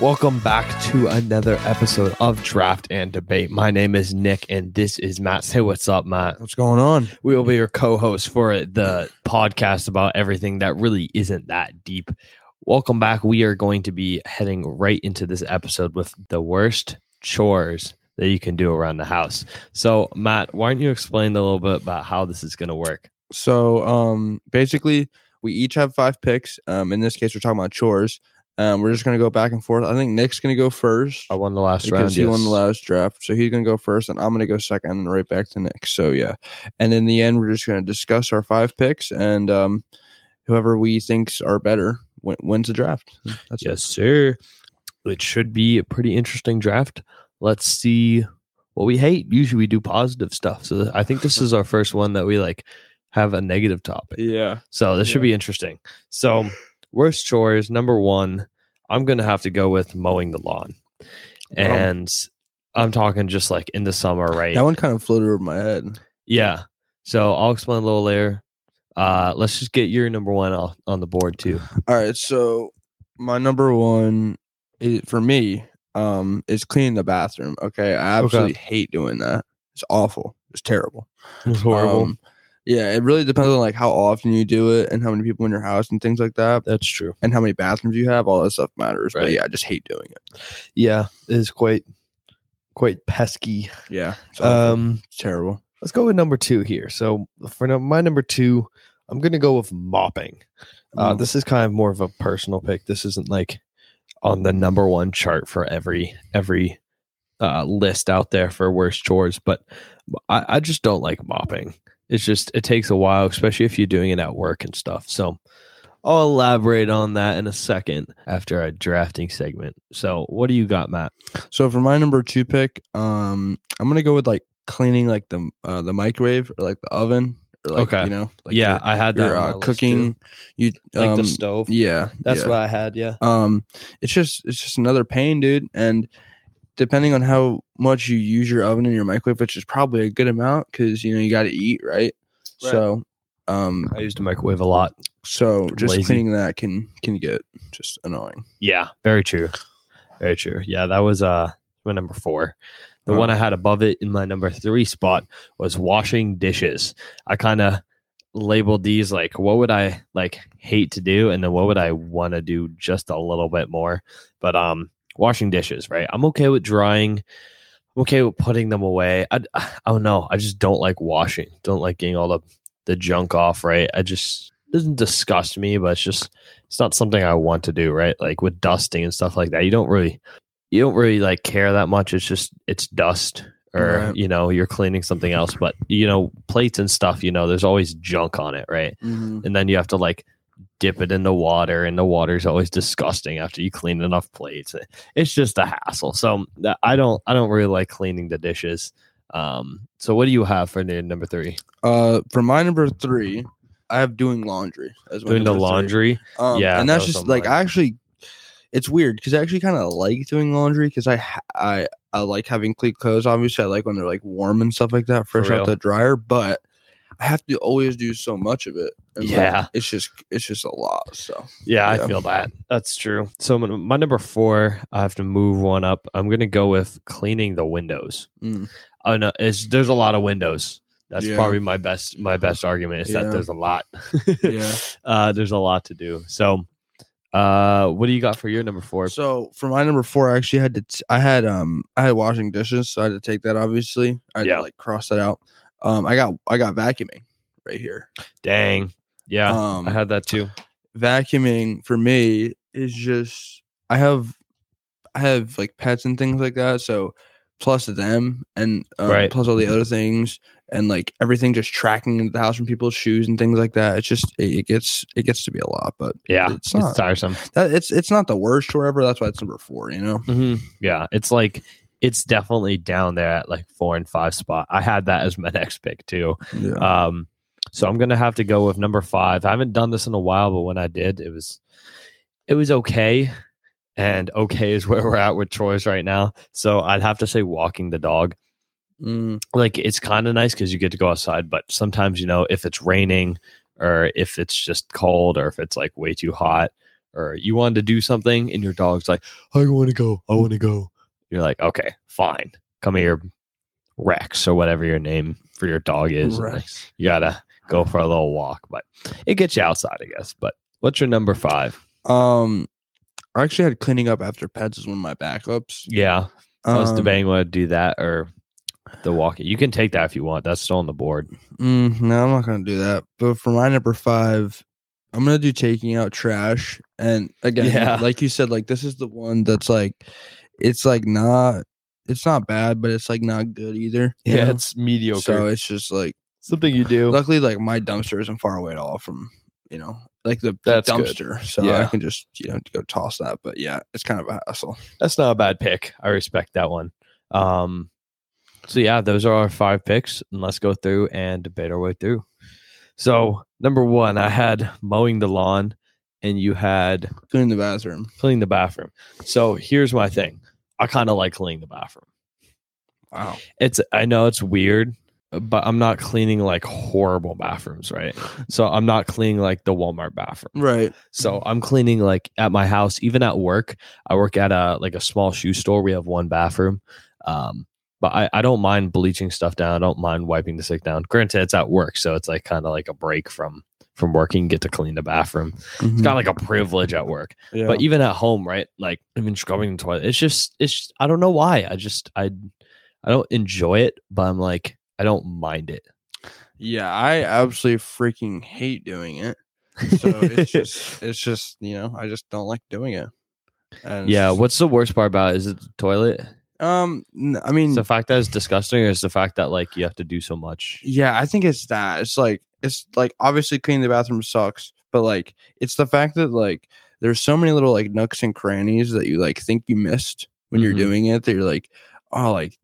Welcome back to another episode of Draft and Debate. My name is Nick, and this is Matt. Say what's up, Matt. What's going on? We will be your co-host for the podcast about everything that really isn't that deep. Welcome back. We are going to be heading right into this episode with the worst chores that you can do around the house. So, Matt, why don't you explain a little bit about how this is going to work? So, um, basically, we each have five picks. Um, in this case, we're talking about chores. Um, we're just gonna go back and forth. I think Nick's gonna go first I won the last round. because he won yes. the last draft, so he's gonna go first, and I'm gonna go second, and right back to Nick. So yeah, and in the end, we're just gonna discuss our five picks, and um, whoever we thinks are better win- wins the draft. That's Yes, sir. It should be a pretty interesting draft. Let's see what we hate. Usually we do positive stuff. So I think this is our first one that we like have a negative topic. it. Yeah. So this should Yeah. be interesting. So worst chores number one, I'm gonna have to go with mowing the lawn, and I'm talking just like in the summer, right? That one kind of floated over my head. yeah. So I'll explain a little later. Uh, let's just get your number one off on the board too. All right, so my number one i for me um is cleaning the bathroom. Okay, I Okay. absolutely hate doing that. It's awful. It's terrible. Um, Um, yeah, it really depends on like how often you do it and how many people in your house and things like that, That's true. and how many bathrooms you have. All that stuff matters. But Right. yeah, I just hate doing it. Yeah, it is quite quite pesky. Yeah, it's, awful. Um, It's terrible. let's go with number two here. So for no- my number two, I'm gonna go with mopping. Uh, Mm. This is kind of more of a personal pick. This isn't like on the number one chart for every every uh, list out there for worst chores, but I, I just don't like mopping. It's just it takes a while, especially if you're doing it at work and stuff. So I'll elaborate on that in a second after a drafting segment. So what do you got, Matt? So for my number two pick, um, I'm gonna go with like cleaning like the uh, the microwave or like the oven. Or, like, Okay. you know, like yeah, I had your, that your, on uh, my list cooking. too. You like the um, stove. Yeah, That's yeah. what I had. Yeah. um it's just it's just another pain dude and depending on how much you use your oven and your microwave which is probably a good amount because you know you got to eat right? Right. so um I used the microwave a lot. so just Lazy. cleaning that can can get just annoying Yeah, very true. Very true. Yeah, that was uh my number four. The Huh. one I had above it in my number three spot was washing dishes. I kind of labeled these like what would I like hate to do, and then what would I want to do just a little bit more. But um, washing dishes, right? I'm okay with drying. I'm okay with putting them away. I, I don't know. I just don't like washing. Don't like getting all the the junk off, right? I just doesn't disgust me, but it's just it's not something I want to do, right? Like with dusting and stuff like that, you don't really you don't really like care that much. It's just it's dust or Right. you know, you're cleaning something else, but you know, plates and stuff, you know, there's always junk on it, right? And then you have to like dip it in the water and the water's always disgusting after you clean enough plates. It's just a hassle. So that- I don't I don't really like cleaning the dishes. Um so what do you have for the number 3? uh for my number three i have doing laundry as my Doing the number three. laundry? Um, Yeah, and that that's was just on like mine. I actually, it's weird because I actually kind of like doing laundry because I ha- I I like having clean clothes. Obviously, I like when they're like warm and stuff like that, fresh real. out the dryer. But I have to always do so much of it. and, like, Yeah. it's just it's just a lot. So Yeah, I Yeah. feel that. That's true. So my, my number four, I have to move one up. I'm gonna go with cleaning the windows. Mm. Oh no, it's there's a lot of windows. That's Yeah. probably my best my best argument is Yeah. that there's a lot. Yeah. uh, there's a lot to do. So, uh, what do you got for your number four? so for my number four, I actually had to t- I had um I had washing dishes, so I had to take that. Obviously, I had Yeah. to like cross that out. Um, I got I got vacuuming right here. Dang, yeah, um, I had that too. vacuuming for me is just I have I have like pets and things like that, so plus them and um, Right. plus all the other things and like everything just tracking into the house from people's shoes and things like that. It's just it, it gets it gets to be a lot, but Yeah, it's it's, not- tiresome. that it's it's not the worst chore ever. That's why it's number four. You know, hmm Yeah, it's like it's definitely down there at like four and five spot. I had that as my next pick too. yeah, Um, so I'm gonna have to go with number five. I haven't done this in a while, but when I did, it was it was okay. And okay is where we're at with chores right now. So I'd have to say walking the dog. Mm, Like it's kind of nice because you get to go outside, but sometimes you know if it's raining or if it's just cold or if it's like way too hot or you wanted to do something and your dog's like, I want to go. I want to go. You're like, okay, fine. Come here, Rex, or whatever your name for your dog is. and, like, Rex. you gotta go for a little walk, but it gets you outside, I guess. But what's your number five? Um, I actually had cleaning up after pets as one of my backups. Yeah, I was Um, debating whether to do that or the walking. You can take that if you want. That's still on the board. Mm, no, I'm not gonna do that. But for my number five, I'm gonna do taking out trash. And again, Yeah. like you said, like this is the one that's like, it's like not, it's not bad, but it's like not good either. you know? it's mediocre. so it's just like. Something you do. Luckily, like my dumpster isn't far away at all from you know, like the, the That's good. dumpster, so I Yeah. can just you know go toss that. But yeah, it's kind of a hassle. That's not a bad pick. I respect that one. Um, so yeah, those are our five picks, and let's go through and debate our way through. So number one, I had mowing the lawn, and you had Clean the bathroom. cleaning the bathroom. So here's my thing. I kind of like cleaning the bathroom. Wow. It's I know it's weird, but I'm not cleaning like horrible bathrooms, right? So I'm not cleaning like the Walmart bathroom. Right. So I'm cleaning like at my house, even at work. I work at a like a small shoe store. We have one bathroom. Um, but I, I don't mind bleaching stuff down. I don't mind wiping the sink down. Granted, it's at work, so it's like kind of like a break from from working, get to clean the bathroom. It's kind of like a privilege at work. yeah. But even at home, right? Like even scrubbing the toilet. It's just it's just- I don't know why. I just I I don't enjoy it, but I'm like I don't mind it. Yeah, I absolutely freaking hate doing it. So it's just, it's just, you know, I just don't like doing it. And it's yeah, just- what's the worst part about it? Is it the toilet? um, n- I mean, Is the fact that it's disgusting or is the fact that like you have to do so much? yeah, I think it's that. It's like, it's like obviously cleaning the bathroom sucks, but like, it's the fact that like there's so many little like nooks and crannies that you like think you missed when you're Mhm. doing it that you're like, oh, like.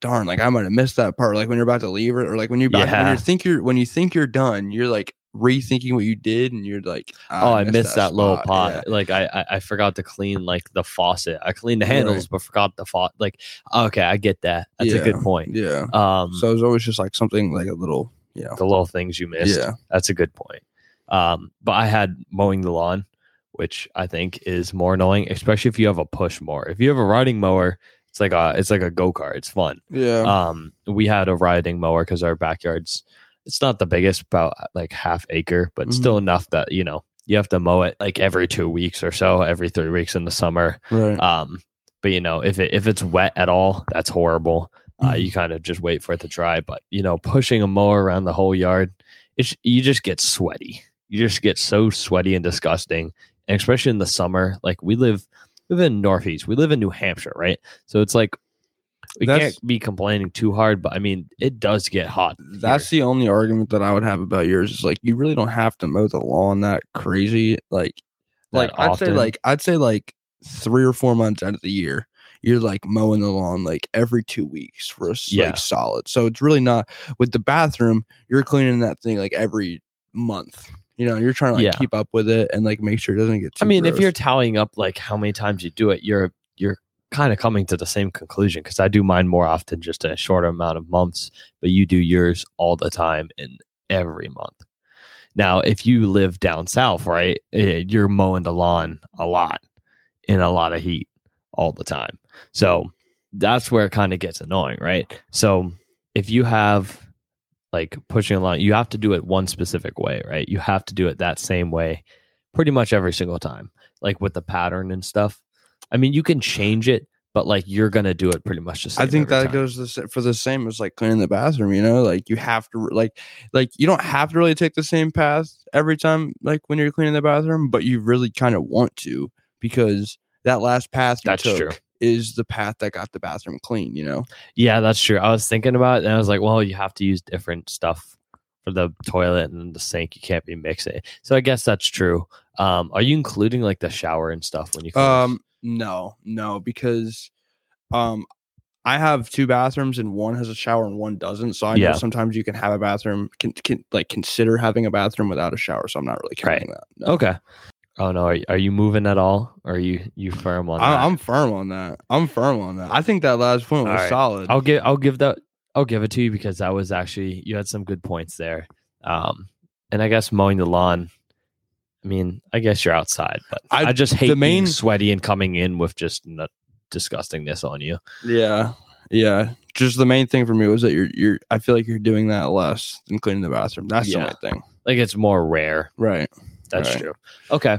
Darn, like I might have missed that part. Like when you're about to leave, or, or like when you're about, when Yeah. you think you're when you think you're done, you're like rethinking what you did, and you're like, oh, I missed that, little spot." pot. Yeah. Like I, I I forgot to clean like the faucet. I cleaned the handles but forgot the faucet. Like okay, I get that. That's Yeah. a good point. Yeah. Um So it's always just like something like a little, you know. the little things you missed. Yeah. That's a good point. Um, but I had mowing the lawn, which I think is more annoying, especially if you have a push mower. If you have a riding mower, it's like a it's like a go kart. It's fun. Yeah. Um, we had a riding mower because our backyards it's not the biggest, about like half acre, but still enough that you know you have to mow it like every two weeks or so, every three weeks in the summer. right. Um, but you know if it if it's wet at all, that's horrible uh, Mhm. you kind of just wait for it to dry but you know pushing a mower around the whole yard it's you just get sweaty you just get so sweaty and disgusting and especially in the summer like we live we live in northeast we live in new hampshire right so it's like we That's- can't be complaining too hard but i mean it does get hot here. That's the only argument that I would have about yours is like you really don't have to mow the lawn that crazy. Like, like That I'd say often? like I'd say like three or four months out of the year, you're like mowing the lawn like every two weeks for a s- Yeah. like solid. So it's really not with the bathroom. You're cleaning that thing like every month. You know, you're trying to like Yeah. keep up with it and like make sure it doesn't get. Too i mean if gross. you're tallying up like how many times you do it you're you're kind of coming to the same conclusion because i do mine more often just in a shorter amount of months but you do yours all the time and every month Now, if you live down south, right, eh, you're mowing the lawn a lot in a lot of heat all the time. So that's where it kind of gets annoying, right? So if you have like pushing a lawn, you have to do it one specific way, right? You have to do it that same way pretty much every single time, like with the pattern and stuff. I mean, you can change it, but like you're going to do it pretty much the same. I think every that time. goes the, sa- for the same as like cleaning the bathroom. You know, like you have to re- like like you don't have to really take the same path every time. Like when you're cleaning the bathroom, but you really kind of want to because that last path you That's took true. is the path that got the bathroom clean. You know, Yeah, that's true. I was thinking about it and I was like, well, you have to use different stuff for the toilet and the sink. You can't be mixing. it. So I guess that's true. Um, are you including like the shower and stuff when you clean? um, no, no, because um. I have two bathrooms and one has a shower and one doesn't. So I know Yeah. sometimes you can have a bathroom, can, can like consider having a bathroom without a shower. So I'm not really Right. counting that. No. okay. Oh no, are, are you moving at all? Or are you you firm on that? I, I'm firm on that. I'm firm on that. I think that last point was All right. solid. I'll give I'll give that I'll give it to you because that was actually you had some good points there. Um, and I guess mowing the lawn. I mean, I guess you're outside, but I, I- just hate the main- being sweaty and coming in with just nut disgustingness on you. Yeah, yeah. Just the main thing for me was that you're you're. I feel like you're doing that less than cleaning the bathroom. That's Yeah. the only thing. Like it's more rare. Right. That's Right. true. Okay.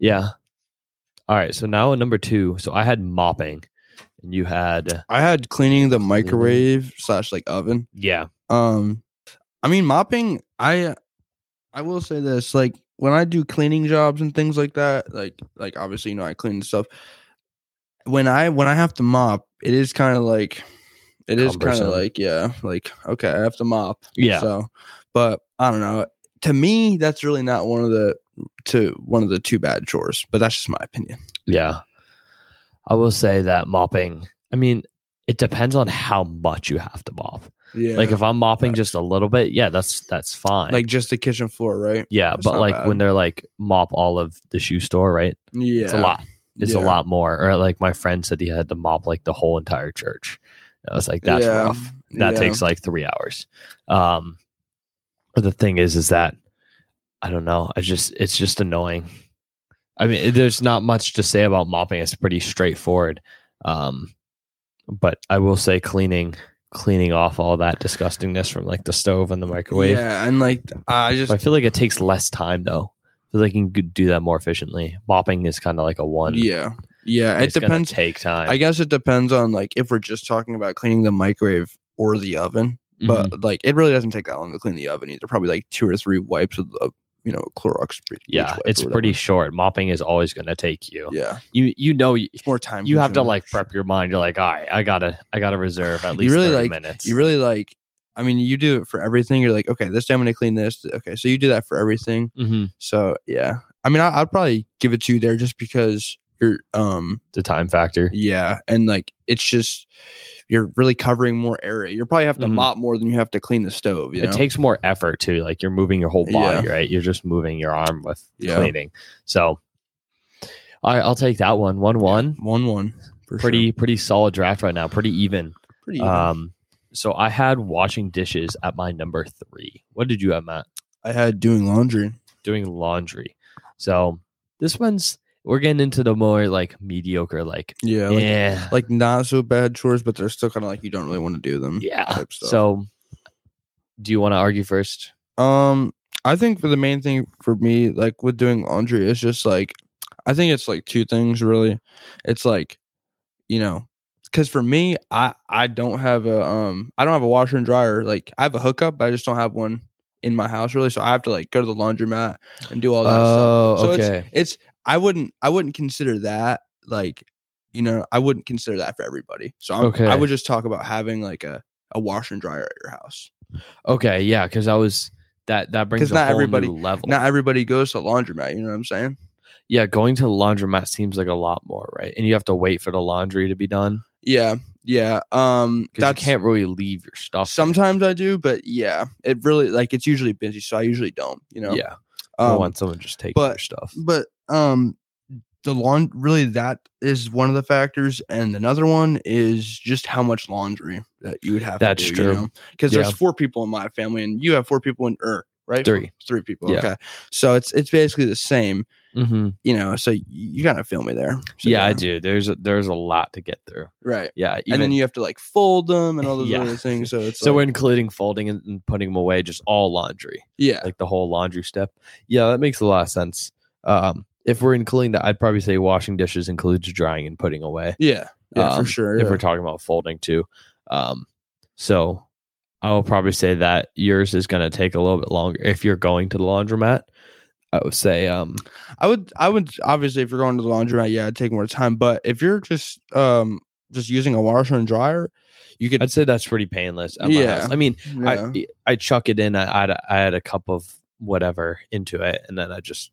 Yeah. All right. So now at number two. So I had mopping, and you had I had cleaning the microwave slash like oven. yeah. Um, I mean mopping. I I will say this: like when I do cleaning jobs and things like that, like like obviously you know I clean stuff. When I when I have to mop, it is kind of like it is kind Cumbersome. of like yeah, like okay, I have to mop. Yeah. So, but I don't know. To me, that's really not one of the to one of the two bad chores, but that's just my opinion. Yeah. I will say that mopping, I mean, it depends on how much you have to mop. Yeah. Like Like if I'm mopping just a little bit, yeah, that's that's fine. like just the kitchen floor, right? yeah, it's but not like bad. when they're like mop all of the shoe store, right? Yeah. It's a lot. It's a Yeah. lot more. Or like my friend said he had to mop like the whole entire church. I was like, that's Yeah. rough. That Yeah. takes like three hours. Um but the thing is is that I don't know. I just it's just annoying. I mean, there's not much to say about mopping. It's pretty straightforward. Um but I will say cleaning cleaning off all that disgustingness from like the stove and the microwave. Yeah, and like I just I feel like it takes less time though. I feel like you can do that more efficiently. Mopping is kind of like a one. yeah yeah it It's gonna depends. Take time. I guess it depends on like if we're just talking about cleaning the microwave or the oven, Mhm. but like it really doesn't take that long to clean the oven either. Probably like two or three wipes of the you know Clorox. each yeah, wipe or it's whatever. pretty short. Mopping is always going to take you. Yeah, You you know you, it's more time. you have to consuming. like prep your mind. You're like, all right, I gotta I gotta reserve at You least really, 30 like, minutes. you really like. I mean, you do it for everything. You're like, okay, this day I'm gonna clean this. Okay, so you do that for everything. Mhm. So yeah, I mean, I, I'd probably give it to you there just because you're um the time factor. Yeah, and like it's just you're really covering more area. You probably have to Mhm. mop more than you have to clean the stove. You It know? takes more effort too. Like you're moving your whole body, right? You're just moving your arm with Yeah. cleaning. So, all right, I'll take that one. One one. one one for Pretty pretty solid draft right now. Pretty even. sure. pretty. even. Um, so I had washing dishes at my number three. What did you have, Matt? I had doing laundry. doing laundry. So this one's we're getting into the more like mediocre, like Yeah, like, yeah, like not so bad chores, but they're still kind of like you don't really want to do them. yeah. type stuff. So do you want to argue first? Um, I think for the main thing for me, like with doing laundry, is just like I think it's like two things really. It's like, you know, because for me, I I don't have a um I don't have a washer and dryer. Like I have a hookup, but I just don't have one in my house really. So I have to like go to the laundromat and do all that Oh, stuff. So It's I wouldn't I wouldn't consider that like you know I wouldn't consider that for everybody. So I'm, Okay. I would just talk about having like a a washer and dryer at your house. okay, yeah, because I was that that brings 'Cause a not whole everybody- new level. Not everybody goes to the laundromat. You know what I'm saying? yeah, going to the laundromat seems like a lot more, right? And you have to wait for the laundry to be done Yeah, yeah. Um, because that you can't really leave your stuff. there. Sometimes I do, but yeah, it really like it's usually busy, so I usually don't. You know. yeah, I Um, want someone just taking your but- stuff. But um, the lawn really that is one of the factors, and another one is just how much laundry that you would have. That's to do, true. You know? Because Yeah. there's four people in my family, and you have four people in er, right? Three. Three people. Yeah. Okay. So it's it's basically the same. hmm You know. So you, you gotta feel me there. So, yeah, I do. There's a, there's a lot to get through. Right. Yeah, and then you have to like fold them and all those Yeah. other things. So it's So like, we're including folding and, and putting them away, just all laundry, yeah, like the whole laundry step. Yeah, that makes a lot of sense. Um, if we're including that, I'd probably say washing dishes includes drying and putting away. yeah, yeah, Um, for sure. If yeah. we're talking about folding too, um, so I'll probably say that yours is going to take a little bit longer if you're going to the laundromat. I would say, um, I would I would obviously if you're going to the laundromat, yeah, it'd take more time. But if you're just um just using a washer and dryer, you could I'd say that's pretty painless. At my Yeah. house. I mean, yeah. I I chuck it in. I I had, a, I had a cup of whatever into it, and then I just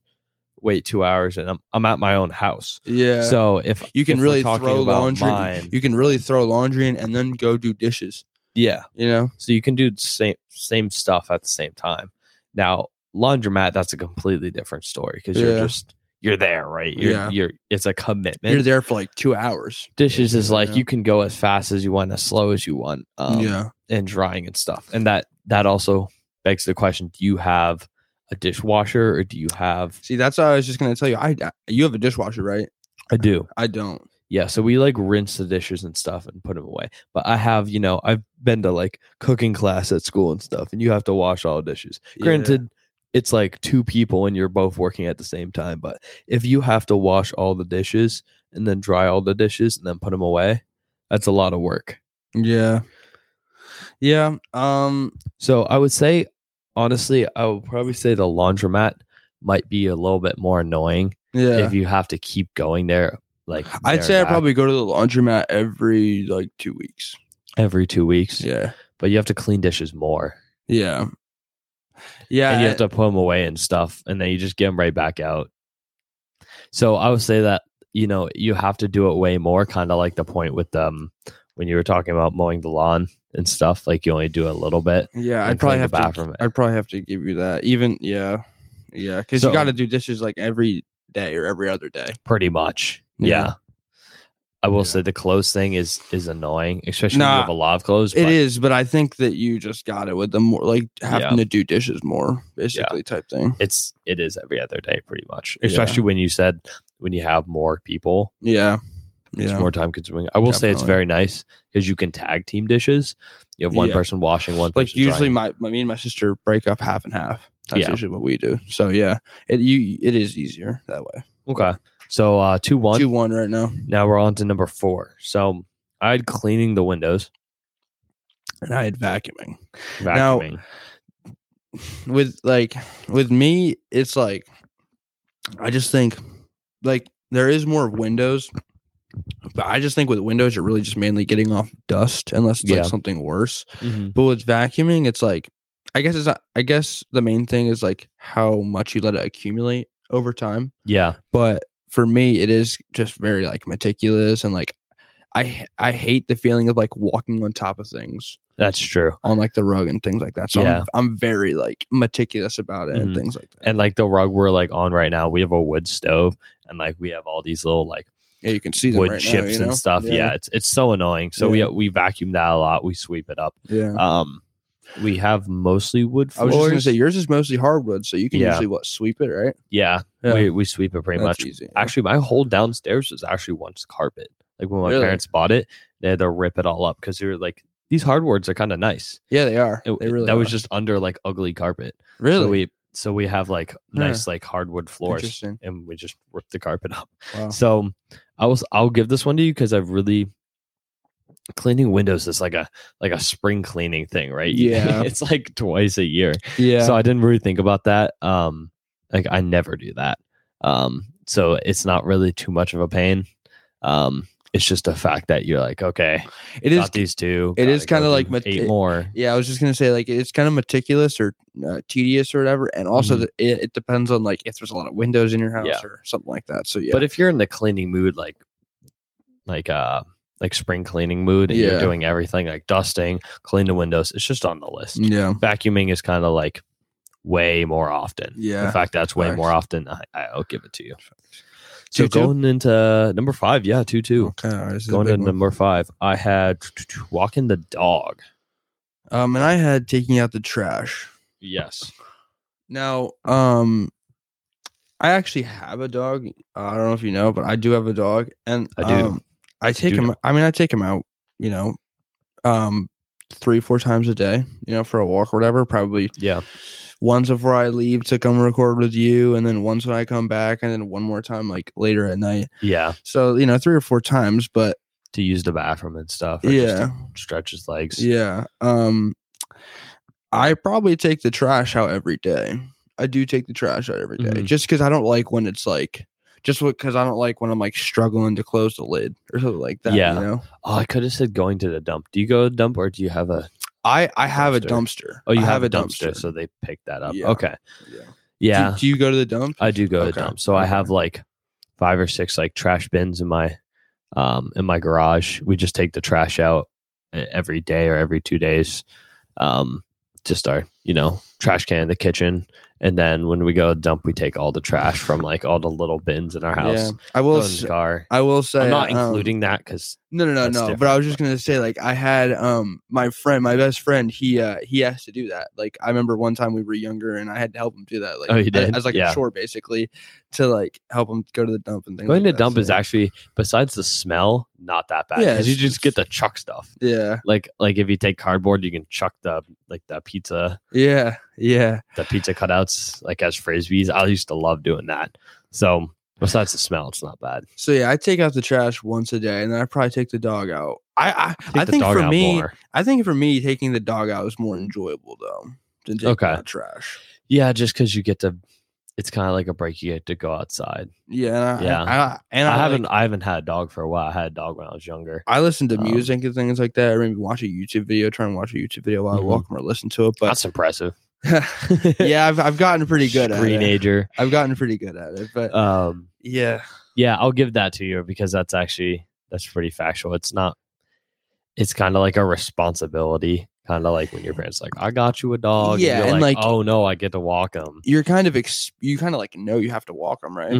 wait two hours, and I'm I'm at my own house. yeah. So if you can if we're really talking throw about laundry mine- you can really throw laundry in and then go do dishes, yeah, you know? so you can do the same same stuff at the same time. Now laundromat, that's a completely different story because you're Yeah. just you're there, right? You're, Yeah. you're it's a commitment. You're there for like two hours. Dishes is like Yeah. you can go as fast as you want, as slow as you want. Um, yeah. and drying and stuff. And that that also begs the question: Do you have a dishwasher or do you have? See, that's what I was just gonna tell you. I I- you have a dishwasher, right? I do. I don't. Yeah, so we like rinse the dishes and stuff and put them away. But I have, you know, I've been to like cooking class at school and stuff, and you have to wash all the dishes. Yeah. Granted, it's like two people and you're both working at the same time. But if you have to wash all the dishes and then dry all the dishes and then put them away, that's a lot of work. Yeah. Yeah. Um. So I would say, honestly, I would probably say the laundromat might be a little bit more annoying Yeah. if you have to keep going there. Like there I'd say I and back probably go to the laundromat every like two weeks. every two weeks, Yeah. but you have to clean dishes more. Yeah. Yeah. and you have to put them away and stuff, and then you just get them right back out. So I would say that you know you have to do it way more, kind of like the point with um when you were talking about mowing the lawn and stuff. Like you only do it a little bit. yeah. and I'd probably clean have the to. bathroom. I'd probably have to give you that. Even yeah. Yeah. Because So- you got to do dishes like every day or every other day. pretty much. Yeah. Yeah. I will Yeah. say the clothes thing is is annoying, especially when Nah, you have a lot of clothes. It but is, but I think that you just got it with the more like having to do dishes more, basically type thing. It's it is every other day pretty much. Yeah. Especially when you said when you have more people, Yeah. it's Yeah. more time consuming. I will say it's Definitely. very nice because you can tag team dishes. You have one Yeah. person washing, one Like person usually drying. my, my me and my sister break up half and half. That's Yeah. usually what we do. So yeah. It you it is easier that way. Okay. So uh two one. Two one right now. Now we're on to number four. So I had cleaning the windows, And I had vacuuming. Now- vacuuming. With like with me, it's like I just think like there is more windows. But I just think with windows you're really just mainly getting off dust unless it's Yeah. like something worse. But with vacuuming, it's like I guess it's not, I guess the main thing is like how much you let it accumulate over time. Yeah. But for me, it is just very like meticulous and like I h- I hate the feeling of like walking on top of things That's true. on like the rug and things like that. So Yeah. I'm, I'm very like meticulous about it and Mhm. things like that. and like the rug we're like on right now, we have a wood stove and like we have all these little like yeah, you can see them wood right now, chips you know? and stuff. Yeah. it's it's so annoying. So Yeah. we we vacuum that a lot. We sweep it up. yeah. Um, we have mostly wood I was floors. just gonna say yours is mostly hardwood, so you can Yeah. usually what sweep it, right? yeah, Yeah. we we sweep it pretty That's much. easy. Actually, my whole downstairs was actually once carpet. Like when my Really? parents bought it, they had to rip it all up because they were like these hardwoods are kind of nice. yeah, they are. It- they really that was are. just under like ugly carpet. really So we so we have like Yeah. nice like hardwood floors, Interesting. and we just rip the carpet up. Wow. So I was I'll give this one to you because I've really cleaning windows is like a like a spring cleaning thing, right? You- Yeah. it's like twice a year. Yeah. So I didn't really think about that. Um like I never do that. Um so it's not really too much of a pain. Um it's just the fact that you're like, okay, it it is got these two. it is gotta go kinda like do mat- eight more. Yeah, I was just gonna say like it's kind of meticulous or uh, tedious or whatever, and also Mhm. the, it, it depends on like if there's a lot of windows in your house Yeah. or something like that. So yeah, But if you're in the cleaning mood, like like uh like spring cleaning mood, and Yeah. you're doing everything like dusting, clean the windows, it's just on the list. yeah, vacuuming is kind of like way more often. Yeah, In fact, that's way facts. more often. I, I'll give it to you. So 2-2? going into number five, yeah, two two. okay, all right, this is a Going big to one. number five, I had walking the dog. um, and I had taking out the trash. Yes. Now, um, I actually have a dog. Uh, I don't know if you know, but I do have a dog, and I do. um, I take do him. I mean, I take him out. You know, um, three four times a day. You know, for a walk or whatever. Probably Yeah. once before I leave to come record with you, and then once when I come back, and then one more time like later at night. Yeah. So you know, three or four times, but To use the bathroom and stuff. or just to yeah, stretch his legs. yeah. Um, I probably take the trash out every day. I do take the trash out every day, Mhm. just because I don't like when it's like just because I don't like when I'm like struggling to close the lid or something like that. Yeah. you know, Oh, I could have said going to the dump. Do you go to the dump or do you have a? I I have a Dumpster. dumpster. Oh, you I have, a dumpster, so they pick that up. Yeah. Okay. yeah. Yeah. Do, do you go to the dump? I do go to Okay. the dump. So I Okay. have like five or six like trash bins in my um in my garage. We just take the trash out e- every day or every two days. Um just our, you know, trash can in the kitchen, and then when we go dump, we take all the trash from like all the little bins in our house. I throw will. it in s- the car. I will say. I'm not um, including that because No, no, no, That's no. But different, I was just gonna say, like, I had um my friend, my best friend, he uh he has to do that. Like, I remember one time we were younger and I had to help him do that. Like, Oh, you I- did? I, was like Yeah. a chore basically to like help him go to the dump and things. going to like that, dump so- is actually besides the smell, not that bad. Yeah, because you it's- just get the chuck stuff. yeah, Like like if you take cardboard, you can chuck the like the pizza yeah, yeah. the pizza cutouts like as frisbees. I used to love doing that. So besides the smell, it's not bad. So yeah, I take out the trash once a day, and then I probably take the dog out. I I, I the think dog for out me, more. I think for me, taking the dog out is more enjoyable though than taking Okay. out trash. yeah, just because you get to, it's kind of like a break. You get to go outside. Yeah, and I, Yeah. I, I- and I, I, like, haven't I haven't had a dog for a while. I had a dog when I was younger. I listen to Um, music and things like that, or maybe watch a YouTube video, try and watch a YouTube video while Mhm. I walk or listen to it. But That's impressive. yeah, I've, I've gotten pretty good uh, at it. Teenager. I've gotten pretty good at it. But Um, yeah, yeah, I'll give that to you because that's actually that's pretty factual. It's not. It's kind of like a responsibility, kind of like when your parents like, "I got you a dog." Yeah, you're and like, like- oh no, I get to walk him. you're kind of, ex- you kind of like know you have to walk them, right? So,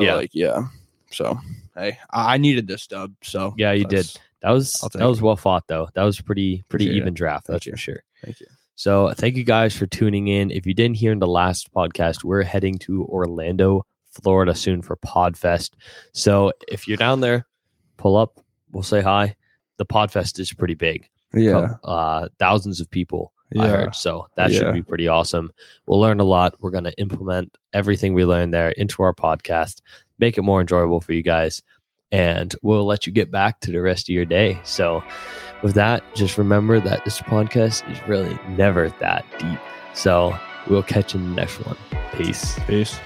Mm-hmm. Yeah. like, yeah. So, hey, I, I needed this dub. So, Yeah, you did. that's- That was I'll that take was well fought though. That was pretty pretty Appreciate it. even draft, that's Thank you. for sure. Thank you. So thank you guys for tuning in. If you didn't hear in the last podcast, we're heading to Orlando, Florida soon for Podfest. So if you're down there, pull up, we'll say hi. The Podfest is pretty big. Yeah. Uh thousands of people Oh, I yeah. heard. So that should Yeah. be pretty awesome. We'll learn a lot. We're going to implement everything we learned there into our podcast, make it more enjoyable for you guys, and we'll let you get back to the rest of your day. So, with that, just remember that this podcast is really never that deep. So, we'll catch you in the next one. Peace. Peace.